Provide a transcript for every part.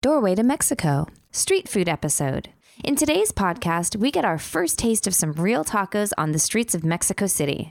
Doorway to Mexico, street food episode. In today's podcast, we get our first taste of some real tacos on the streets of Mexico City.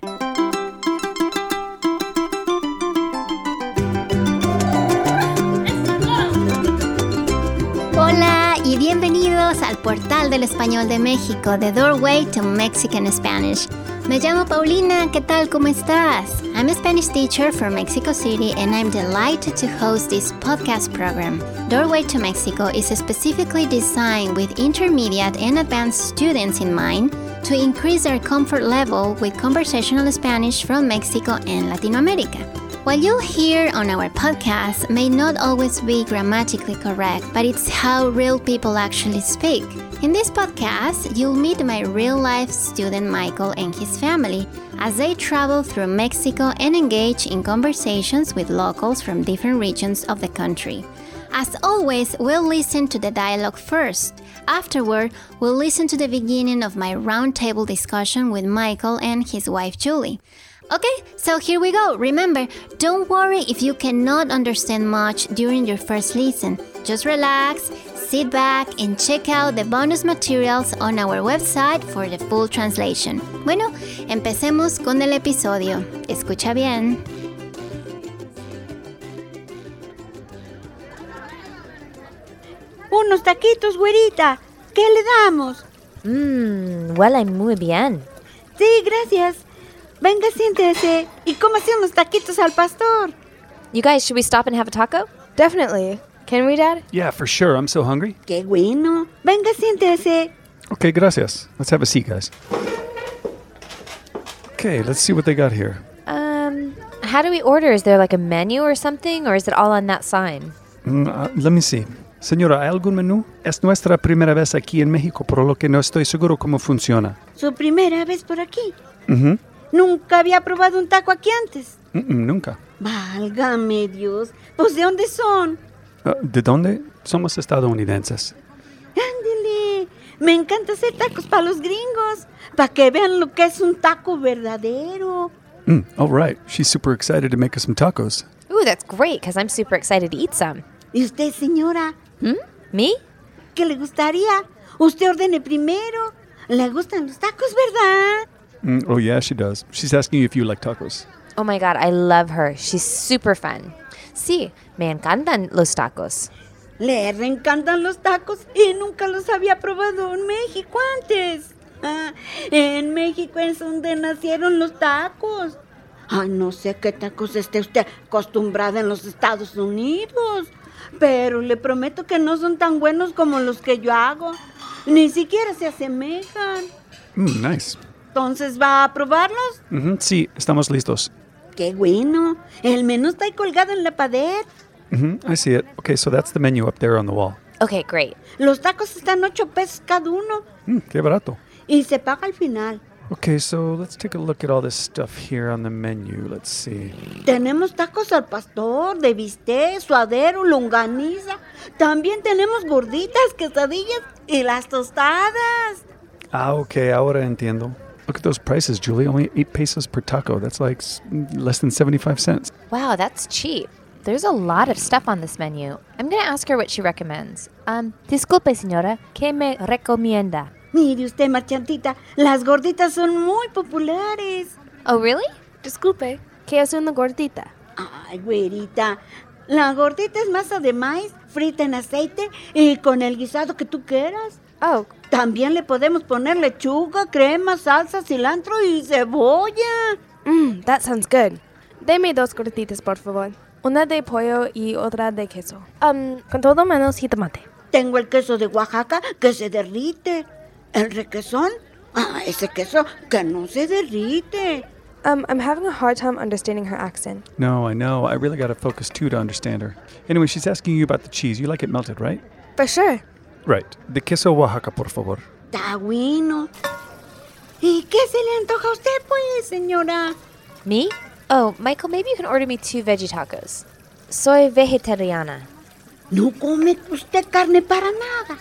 Hola y bienvenidos al portal del español de México, The Doorway to Mexican Spanish. Me llamo Paulina, ¿qué tal? ¿Cómo estás? I'm a Spanish teacher from Mexico City and I'm delighted to host this podcast program. Doorway to Mexico is specifically designed with intermediate and advanced students in mind to increase their comfort level with conversational Spanish from Mexico and Latin America. What you hear on our podcast may not always be grammatically correct, but it's how real people actually speak. In this podcast, you'll meet my real life student Michael and his family as they travel through Mexico and engage in conversations with locals from different regions of the country. As always, we'll listen to the dialogue first. Afterward, we'll listen to the beginning of my roundtable discussion with Michael and his wife Julie. Okay, so here we go. Remember, don't worry if you cannot understand much during your first listen. Just relax, sit back, and check out the bonus materials on our website for the full translation. Bueno, empecemos con el episodio. Escucha bien. Unos taquitos, güerita. ¿Qué le damos? Mmm, huelen muy bien. Sí, gracias. Venga, siéntese y cómase unos taquitos al pastor. You guys, should we stop and have a taco? Definitely. Can we, Dad? Yeah, for sure. I'm so hungry. Qué bueno. Venga, siéntese. Okay, gracias. Let's have a seat, guys. Okay, let's see what they got here. Um, how do we order? Is there like a menu or something, or is it all on that sign? Mm, uh, let me see. Señora, ¿hay algún menú? Es nuestra primera vez aquí en México, por lo que no estoy seguro cómo funciona. Su primera vez por aquí. Ujú. Nunca había probado un taco aquí antes. Mm, mm, nunca. Válgame Dios. Pues de dónde son. Uh, ¿De dónde? Somos estadounidenses. Ándele. Me encanta hacer tacos para los gringos. Para que vean lo que es un taco verdadero. Mm, all right. She's super excited to make us some tacos. Ooh, that's great, because I'm super excited to eat some. ¿Y usted, señora? Hmm? Me? ¿Qué le gustaría? Usted ordene primero. Le gustan los tacos, ¿verdad? Mm, oh, yeah, she does. She's asking you if you like tacos. Oh my god, I love her. She's super fun. Sí, me encantan los tacos. Le reencantan los tacos y nunca los había probado en México antes. Ah, en México es donde nacieron los tacos. Ay, no sé qué tacos esté usted acostumbrada en los Estados Unidos, pero le prometo que no son tan buenos como los que yo hago. Ni siquiera se asemejan. Mm, nice. Entonces, ¿va a probarlos? Mhm, sí, estamos listos. ¡Qué bueno! El menú está ahí colgado en la pared. hmm I see it. Okay, so that's the menu up there on the wall. Okay, great. Los tacos están ocho pesos cada uno Mm, qué barato. y se paga al final. Okay, so let's take a look at all this stuff here on the menu. Let's see. Tenemos tacos al pastor, de bistec, suadero, longaniza. También tenemos gorditas, quesadillas y las tostadas. Ah, okay, ahora entiendo. Look at those prices, Julie. Only eight pesos per taco. That's like s- less than 75 cents. Wow, that's cheap. There's a lot of stuff on this menu. I'm gonna ask her what she recommends. Um, disculpe, señora, ¿qué me recomienda? Mire usted, marchantita, las gorditas son muy populares. Oh, really? Disculpe. ¿Qué es una gordita? Ay, güerita, la gordita es masa de maíz frita en aceite y con el guisado que tú quieras. Oh, También le podemos poner lechuga, crema, salsa, cilantro y cebolla. Mmm, that sounds good. Deme dos gorditas, por favor. Una de pollo y otra de queso. Um, con todo menos jitomate. Tengo el queso de Oaxaca que se derrite. El requesón, ah, ese queso que no se derrite. Um, I'm having a hard time understanding her accent. No, I know. I really got to focus too to understand her. Anyway, she's asking you about the cheese. You like it melted, right? For sure. Right. De queso Oaxaca, por favor. Está bueno. ¿Y qué se le antoja a usted, pues, señora? Me? Oh, Michael, maybe you can order me two veggie tacos. Soy vegetariana. No come usted carne para nada.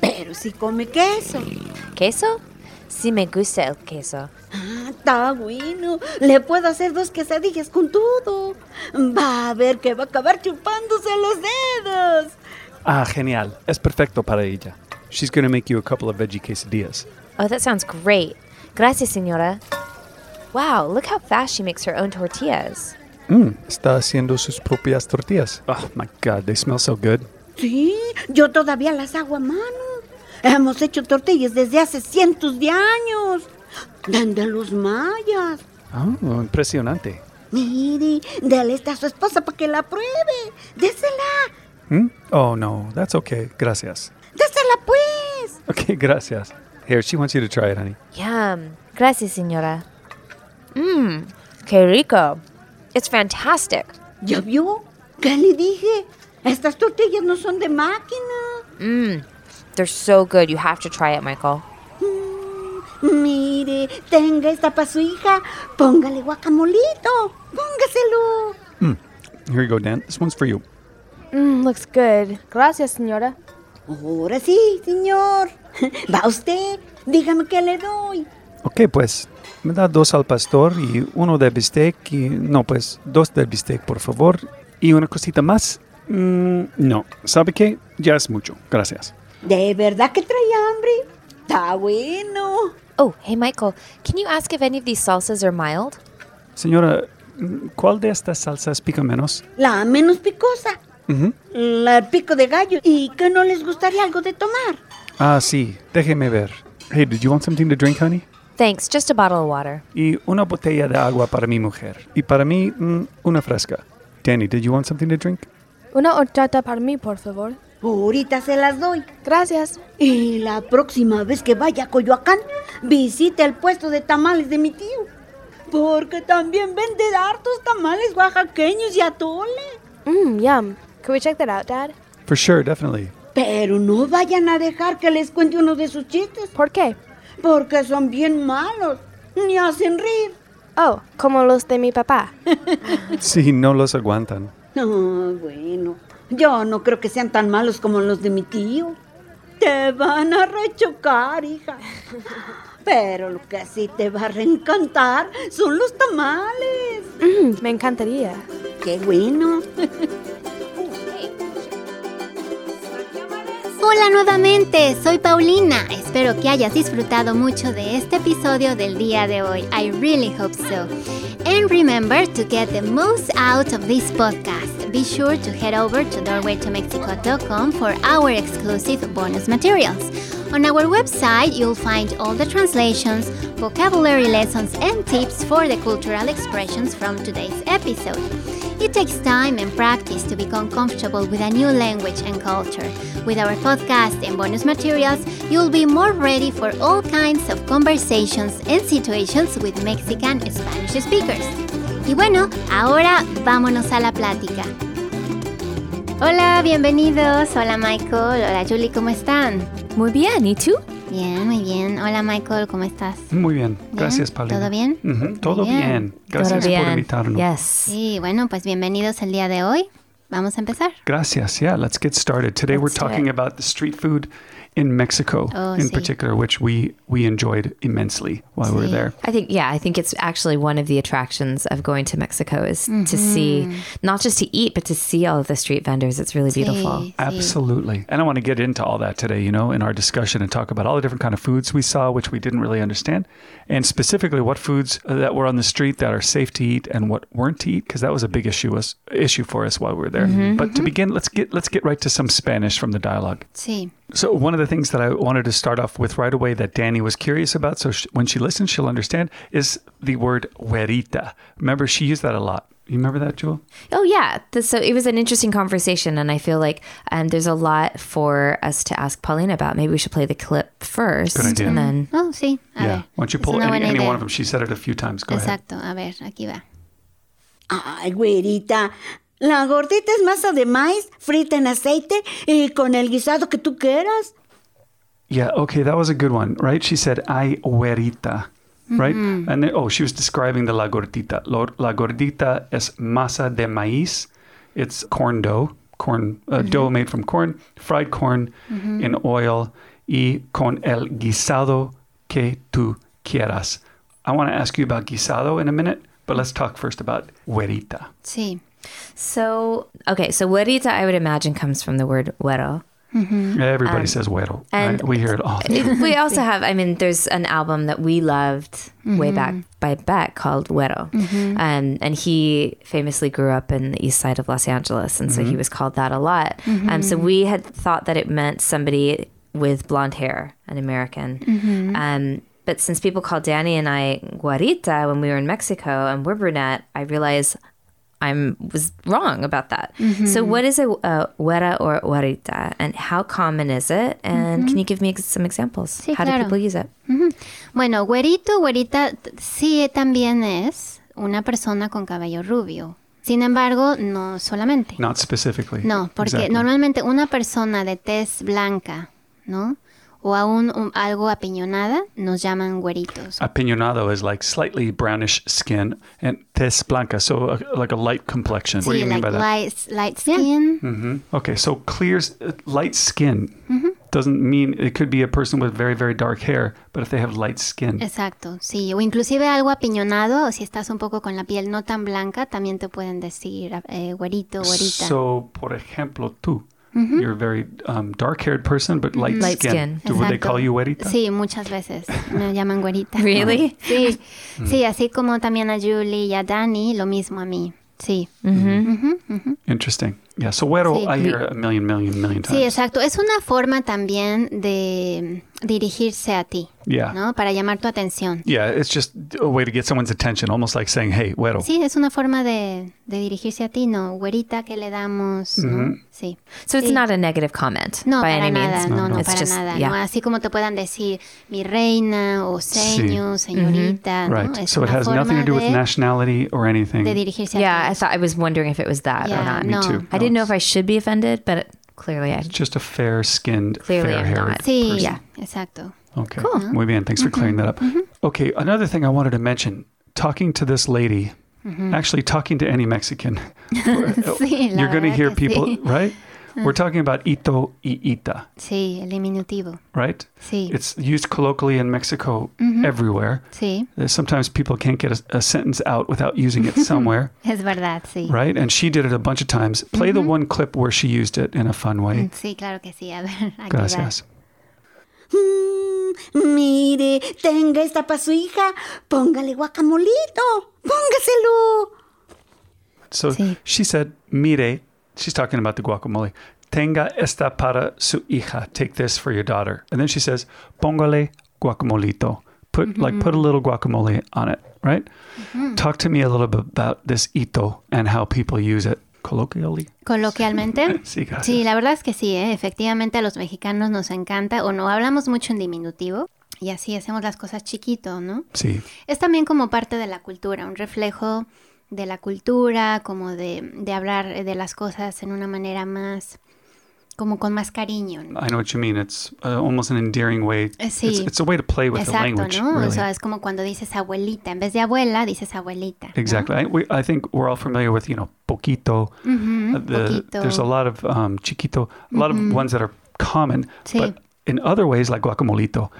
Pero sí come queso. ¿Queso? Sí me gusta el queso. Ah, está bueno. Le puedo hacer dos quesadillas con todo. Va a ver que va a acabar chupándose los dedos. Ah, genial. Es perfecto para ella. She's going to make you a couple of veggie quesadillas. Oh, that sounds great. Gracias, señora. Wow, look how fast she makes her own tortillas. Mmm, está haciendo sus propias tortillas. Oh my god, they smell so good. Sí, yo todavía las hago a mano. Hemos hecho tortillas desde hace cientos de años. Desde los mayas. Oh, impresionante. Mire, dale esta a su esposa para que la pruebe. Désela, Hmm? Oh no, that's okay. Gracias. désela pues. Okay, gracias. Here, she wants you to try it, honey. Yum. Gracias, señora. Mmm, que rico. It's fantastic. ¿Ya vio? ¿Qué le dije? Estas tortillas no son de máquina. Mmm, they're so good. You have to try it, Michael. Mire, tenga esta para su hija. Póngale guacamolito. Póngaselo. Here you go, Dan. This one's for you. Mm, looks good. Gracias, señora. Ahora sí, señor. Va usted. Dígame qué le doy. Okay, pues, me da dos al pastor y uno de bistec y... No, pues, dos de bistec, por favor. Y una cosita más. Mm, no, ¿sabe qué? Ya es mucho. Gracias. ¿De verdad que trae hambre? Está bueno. Oh, hey, Michael, can you ask if any of these salsas are mild? Señora, mm, ¿cuál de estas salsas pica menos? La menos picosa. Ujú. La del pico de gallo. ¿Y que no les gustaría algo de tomar? Ah, sí. Déjeme ver. Hey, did you want something to drink, honey? Thanks, just a bottle of water. Y una botella de agua para mi mujer. Y para mí, mm, una fresca. Danny, did you want something to drink? Una horchata para mí, por favor. Ahorita se las doy. Gracias. Y la próxima vez que vaya a Coyoacán, visite el puesto de tamales de mi tío. Porque también vende hartos tamales oaxaqueños y atole. Mmm, yum. Can we check that out, Dad? For sure, definitely. Pero no vayan a dejar que les cuente uno de sus chistes, ¿Por qué? porque son bien malos. Ni hacen reír. Oh, como los de mi papá. Sí, no los aguantan. No, bueno, yo no creo que sean tan malos como los de mi tío. Te van a rechocar, hija. Pero lo que sí te va a reencantar son los tamales. Mm, me encantaría. ¡Qué bueno! Hola nuevamente, soy Paulina. Espero que hayas disfrutado mucho de este episodio del día de hoy. I really hope so. And remember to get the most out of this podcast. Be sure to head over to doorwaytomexico.com for our exclusive bonus materials. On our website, you'll find all the translations, vocabulary lessons, and tips for the cultural expressions from today's episode. It takes time and practice to become comfortable with a new language and culture. With our podcast and bonus materials, you'll be more ready for all kinds of conversations and situations with Mexican Spanish speakers. Y bueno, ahora vámonos a la plática. Hola, bienvenidos. Hola Michael, hola Julie, ¿cómo están? Muy bien, ¿y tú? Bien, muy bien. Hola Michael, ¿cómo estás? Muy bien. Bien. Gracias, Paulina. ¿Todo bien? Ujú, Todo Bien. bien. Gracias Todo por bien. invitarnos. Yes. Sí, bueno, pues bienvenidos el día de hoy. Vamos a empezar. Gracias. Yeah, let's get started. Today Let's we're do talking it. about the street food in Mexico Oh, in sí. particular, which we, we enjoyed immensely while we were Sí. there. I think, yeah, I think it's actually one of the attractions of going to Mexico is to Mm-hmm. see, not just to eat, but to see all of the street vendors. It's really beautiful. Sí, sí. Absolutely. And I want to get into all that today, you know, in our discussion and talk about all the different kind of foods we saw, which we didn't really understand, and specifically what foods uh, that were on the street that are safe to eat and what weren't to eat, because that was a big issue us, issue for us while we were there. But to begin, let's get let's get right to some Spanish from the dialogue. Sí. So one of the things that I wanted to start off with right away that Danny was curious about, so sh when she listens, she'll understand, is the word huerita. Remember, she used that a lot. You remember that, Jewel? Oh yeah, Th- so it was an interesting conversation, and I feel like um, there's a lot for us to ask Paulina about. Maybe we should play the clip first, Good idea. and then Oh, sí. A yeah. ver. Why don't you Es pull una any, buena any idea. one of them? She said it a few times. Go ahead. Exacto, a ver, aquí va. Ay, güerita. La gordita es masa de maíz, frita en aceite y con el guisado que tú quieras. Yeah. Okay. That was a good one, right? She said, "Ay, huerita," Mm-hmm. right? And then, oh, she was describing the la gordita. Lo- La gordita es masa de maíz. It's corn dough, corn uh, Mm-hmm. dough made from corn, fried corn in oil, y con el guisado que tú quieras. I want to ask you about guisado in a minute, but let's talk first about huerita. Sí. So, okay, so huerita, I would imagine, comes from the word huero. Mm-hmm. Everybody says güero. and- right? We hear it all. the time. It- we also have, I mean, there's an album that we loved way back by Beck called Güero. Um, and he famously grew up in the east side of Los Angeles. And so he was called that a lot. Um, so we had thought that it meant somebody with blonde hair, an American. Um, but since people call Danny and I Guarita when we were in Mexico and we're brunette, I realized I'm was wrong about that. Mm-hmm. So what is a, a huera or huerita and how common is it? And can you give me ex- some examples? Mm-hmm. Sí, how claro. do people use it? Bueno, güerito, güerita, t- sí eh, también es una persona con cabello rubio. Sin embargo, no solamente. Not specifically. No, porque Exactly. normalmente una persona de tez blanca, ¿no? O aún un- algo apiñonada, nos llaman Ah, güeritos. Apiñonado is like slightly brownish skin and tez blanca, so uh, like a light complexion. what do you mean like by that? light, light skin. Okay, so clear, s- uh, light skin doesn't mean it could be a person with very, very dark hair, but if they have light skin, Exacto, sí. O inclusive algo apiñonado, o si estás un poco con la piel no tan blanca, también te pueden decir eh, güerito, güerita. So, por ejemplo, tú, you're a very um, dark-haired person, but light Light skin. skin. Do, would they Exacto. call you güerita? Sí, muchas veces me llaman güerita. Really? Sí, Mm. sí, así como también a Julie y a Dani, lo mismo a mí. Sí. Interesting. Yeah. So güero, Sí. I hear a million, million, million times. Sí, exacto. Es una forma también de mm, dirigirse a ti, Yeah. ¿no? Para llamar tu atención. Yeah. It's just a way to get someone's attention, almost like saying, "Hey, güero." Sí, es una forma de, de dirigirse a ti, ¿no? Güerita que le damos, ¿no? Sí. So it's Sí. not a negative comment No, by para any nada, means. no, no, it's para just nada. yeah. ¿no? Así como te puedan decir mi reina o seño, señorita, ¿no? Right. Es so it una has nothing forma to do with de- nationality or anything. de dirigirse Yeah, a I ti. thought I was wondering if it was that Yeah, or not. Me no. too. I didn't know if I should be offended, but clearly I Just a fair-skinned, Clearly I'm fair-haired. not. Sí, Yeah. exacto. Okay. Cool. Muy bien. Thanks for clearing that up. Okay. Another thing I wanted to mention talking to this lady, actually, talking to any Mexican, uh, Sí, la you're going to verdad hear que people, sí. right? We're talking about ito y ita, Sí, el diminutivo. right? Sí, It's used colloquially in Mexico everywhere. sí, There's Sometimes people can't get a, a sentence out without using it somewhere, es verdad, sí. right? And she did it a bunch of times. Play Mm-hmm. the one clip where she used it in a fun way. Sí, claro que sí. A ver, aquí va. Gracias. Mm, mire, tenga esta para su hija. Póngale guacamolito. Póngaselo. So Sí. she said, Mire, she's talking about the guacamole. Tenga esta para su hija. Take this for your daughter. And then she says, Póngale guacamolito. Put Mm-hmm. like put a little guacamole on it, right? Talk to me a little bit about this ito and how people use it colloquially. Coloquialmente. Sí, gracias. Sí, la verdad es que sí, ¿eh? efectivamente a los mexicanos nos encanta o no hablamos mucho en diminutivo y así hacemos las cosas chiquito, ¿no? Sí. Es también como parte de la cultura, un reflejo de la cultura, como de, de hablar eh, de las cosas en una manera más, como con más cariño, ¿no? Eh, I know what you mean. It's uh, almost an endearing way. Ah, It's, Sí. it's a way to play with the Exacto, language. ¿no? really. O sea, es como cuando dices abuelita, en vez de abuela dices abuelita. ¿no? Exactly. I, we, I think we're all familiar with, you know, poquito. Uh, the- Mm-hmm. poquito. Mm-hmm. There's a lot of um, chiquito, a lot of ones that are common. Sí. Mm-hmm. But in other ways, like guacamolito,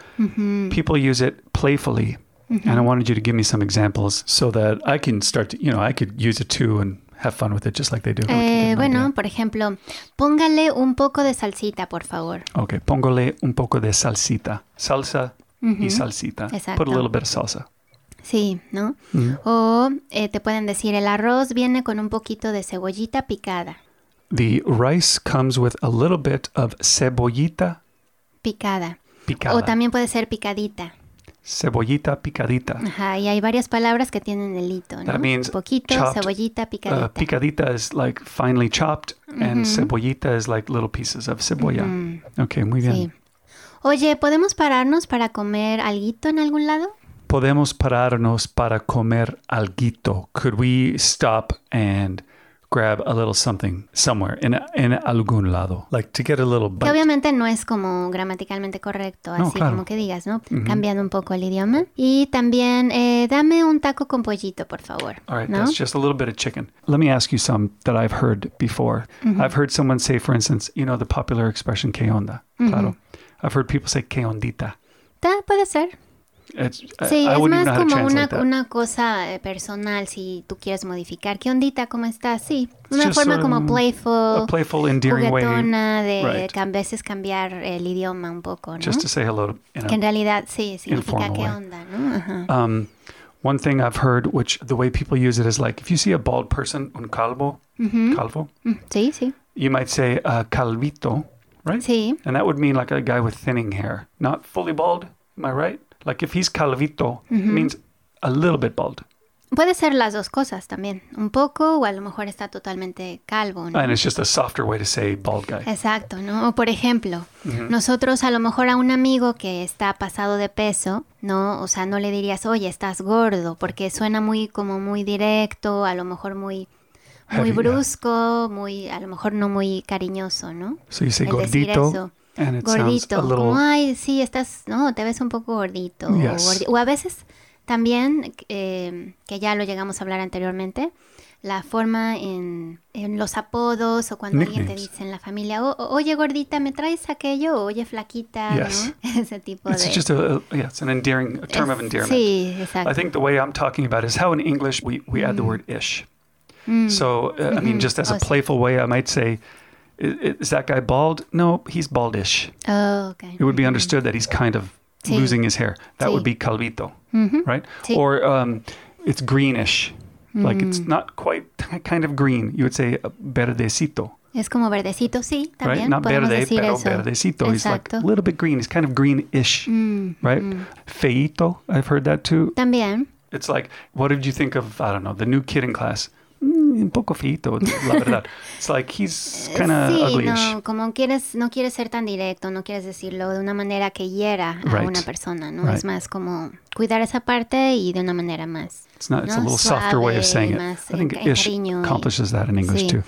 people use it playfully. And I wanted you to give me some examples so that I can start to, you know, I could use it too and have fun with it just like they do. Eh, bueno, por ejemplo, póngale un poco de salsita, por favor. Okay. Póngole un poco de salsita. Salsa y salsita. Put Mm-hmm. Exacto. a little bit of salsa. Sí, ¿no? O eh, te pueden decir, el arroz viene con un poquito de cebollita picada. The rice comes with a little bit of cebollita Picada. picada. O también puede ser picadita. Cebollita picadita. Ajá, y hay varias palabras que tienen el hito, ¿no? That means poquito, chopped, cebollita, picadita. Mm-hmm. Uh, picadita is like finely chopped, and cebollita is like little pieces of cebolla. Okay, muy bien. Sí. Oye, ¿podemos pararnos para comer alguito en algún lado? Podemos pararnos para comer alguito. Could we stop and grab a little something somewhere in, in algún lado? Like to get a little Que bite. obviamente no es como gramaticalmente correcto, No, así claro. como que digas, ¿no? Cambiando un poco el idioma. Y también, eh, dame un taco con pollito, por favor. All right, ¿no? that's just a little bit of chicken. Let me ask you some that I've heard before. Mm-hmm. I've heard someone say, for instance, you know, the Mm-hmm. popular expression, que onda? Claro. I've heard people say, que ondita. Ta- Puede ser. It's, Sí, I, I es wouldn't even know más how to como translate una, that. una cosa eh, personal si tú quieres modificar. ¿Qué ondita? ¿Cómo estás? Sí, una just forma sort of como mm, playful, a playful, endearing way, juguetona de right. que a veces cambiar el idioma un poco, ¿no? just to say hello. You know. que en realidad sí, significa informal qué way. onda, ¿no? Ajá. Um, one thing I've heard, which the way people use it is like if you see a bald person, un calvo, calvo, Mm, Sí, sí, you might say uh, calvito, right? sí. And that would mean like a guy with thinning hair, not fully bald. Am I right? Like if he's calvito, it Mm-hmm. means a little bit bald, Puede ser las dos cosas también, un poco o a lo mejor está totalmente calvo, ¿no? and it's just a softer way to say bald guy. Exacto, ¿no? O por ejemplo, nosotros a lo mejor a un amigo que está pasado de peso, ¿no? O sea, no le dirías, oye, estás gordo, porque suena muy como muy directo, a lo mejor muy, muy Heavy, yeah. brusco, muy, a lo mejor no muy cariñoso, ¿no? So you say El decir gordito, eso. and it sounds a Gordito, little. como, ay, sí, estás, no, te ves un poco gordito. o Yes. gordi- O, a veces también, eh, que ya lo llegamos a hablar anteriormente, la forma en, en los apodos o cuando alguien te Nicknames. dice en la familia, "O- o- oye gordita, ¿me traes aquello? O, oye flaquita, Yes. ¿no? Ese tipo It's de... just a, a- yeah, it's an endearing a term of Es- endearment. Sí, I exacto. think the way I'm talking about is how in English we, we add the word ish. So, uh, I mean, just as a Mm. Mm-hmm. Awesome. playful way, I might say, "I- i- is that guy bald? No, he's baldish. Oh, okay. It would be understood that he's kind of Sí. losing his hair. That would Sí. be calvito, Mm-hmm. right? Sí. Or um, it's greenish. Like it's Mm. not quite kind of green. You would say uh, verdecito, Es como verdecito, sí, right? también Not podemos verde, decir pero eso. verdecito. He's like a Exacto. Mm, little bit green. He's kind of greenish, right? Feito, I've heard that too. También. It's like, what did you think of, I don't know, the new kid in class? Mm, un poco feito, la verdad. it's like, he's kind of sí, uglyish. no, como quieres, no quieres ser tan directo, no quieres decirlo de una manera que hiera a Right. una persona, ¿no? Right. Es más como cuidar esa parte y de una manera más. It's not. It's a No, little softer way of suave, saying it. I más eh, think ca- ish cariño y- accomplishes that in English Sí. too.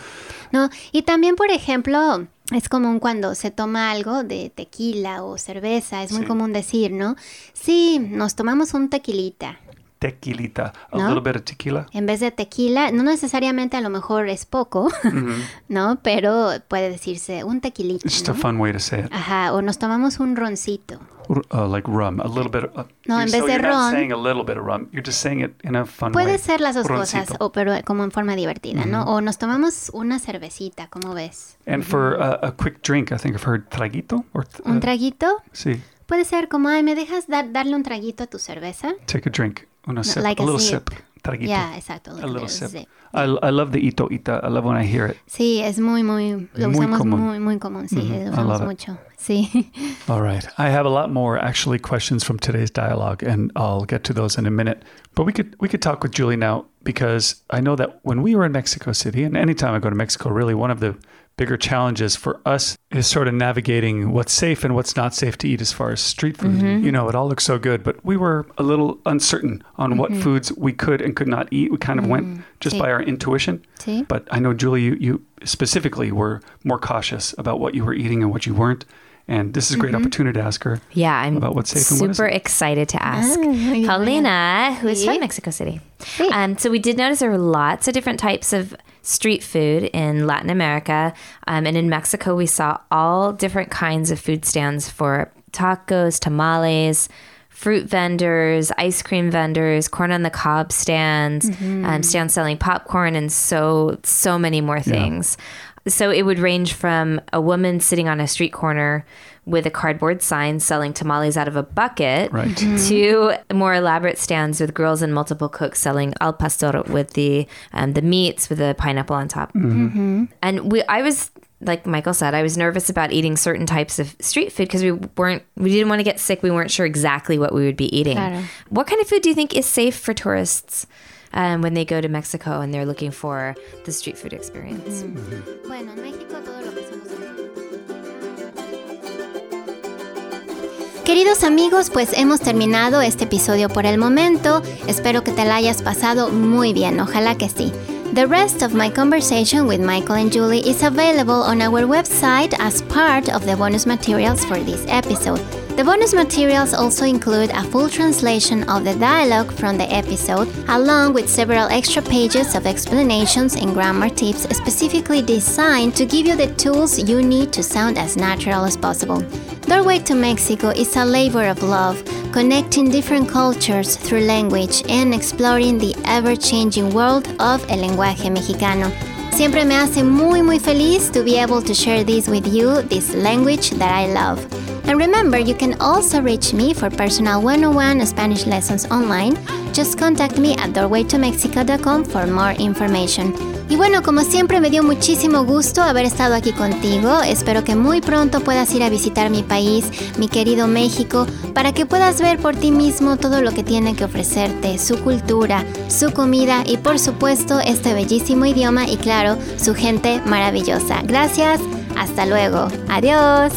No, y también, por ejemplo, es común cuando se toma algo de tequila o cerveza, es muy Sí. común decir, ¿no? Sí, nos tomamos un tequilita. Tequilita, a No? little bit of tequila. En vez de tequila, no necesariamente a lo mejor es poco, ¿no? Pero puede decirse un tequilita. It's just ¿no? Ah. a fun way to say it. Ajá, o nos tomamos un roncito. R- Uh, like rum, a little bit. Of, uh, No, you- en so vez de you're not ron- saying a little bit of rum. You're just saying it in a fun way. Puede ser las dos cosas, Roncito. o pero como en forma divertida, ¿no? O nos tomamos una cervecita, ¿cómo ves? And for uh, a quick drink, I think I've heard traguito or th- Un uh, traguito. sí, Puede ser como, ay, ¿me dejas dar- darle un traguito a tu cerveza? take a drink, una sip, like a a little sip. sip, traguito. Ya, exacto. a little sí. sip. I, I love the ito ita. I love when I hear it. Sí, es muy, muy, lo Muy usamos común. muy, muy común, sí, Mhm, I lo usamos love it. mucho. Sí, All right. I have a lot more actually questions from today's dialogue and I'll get to those in a minute. But we could we could talk with Julie now because I know that when we were in Mexico City and anytime I go to Mexico really one of the bigger challenges for us is sort of navigating what's safe and what's not safe to eat as far as street food. You know, it all looks so good, but we were a little uncertain on what foods we could and could not eat. We kind of went just by our intuition. sí. But I know, Julie, you, you specifically were more cautious about what you were eating and what you weren't. And this is a great opportunity to ask her. Yeah, I'm About what's safe and what super isn't. excited to ask muy Paulina, who is from Mexico City. Um, so we did notice there were lots of different types of street food in Latin America, um, and in Mexico we saw all different kinds of food stands for tacos, tamales. Fruit vendors, ice cream vendors, corn on the cob stands, um, stands selling popcorn, and so so many more things. So it would range from a woman sitting on a street corner with a cardboard sign selling tamales out of a bucket Right. to more elaborate stands with girls and multiple cooks selling al pastor with the um, the meats with the pineapple on top. And we, I was like Michael said, I was nervous about eating certain types of street food because we weren't, we didn't want to get sick. We weren't sure exactly what we would be eating. Claro. What kind of food do you think is safe for tourists um, when they go to Mexico and they're looking for the street food experience? Bueno, en México todo lo que somos Queridos amigos, pues hemos terminado este episodio por el momento. Espero que te la hayas pasado muy bien, ojalá que sí. The rest of my conversation with Michael and Julie is available on our website as part of the bonus materials for this episode. The bonus materials also include a full translation of the dialogue from the episode, along with several extra pages of explanations and grammar tips specifically designed to give you the tools you need to sound as natural as possible. Doorway to Mexico is a labor of love, connecting different cultures through language and exploring the ever-changing world of el lenguaje mexicano. Siempre me hace muy muy feliz to be able to share this with you, this language that I love. And remember, you can also reach me for personal 101 Spanish lessons online. Just contact me at doorwaytomexico.com for more information. Y bueno, como siempre me dio muchísimo gusto haber estado aquí contigo. Espero que muy pronto puedas ir a visitar mi país, mi querido México, para que puedas ver por ti mismo todo lo que tiene que ofrecerte, su cultura, su comida y por supuesto este bellísimo idioma y claro, su gente maravillosa. Gracias, hasta luego. Adiós.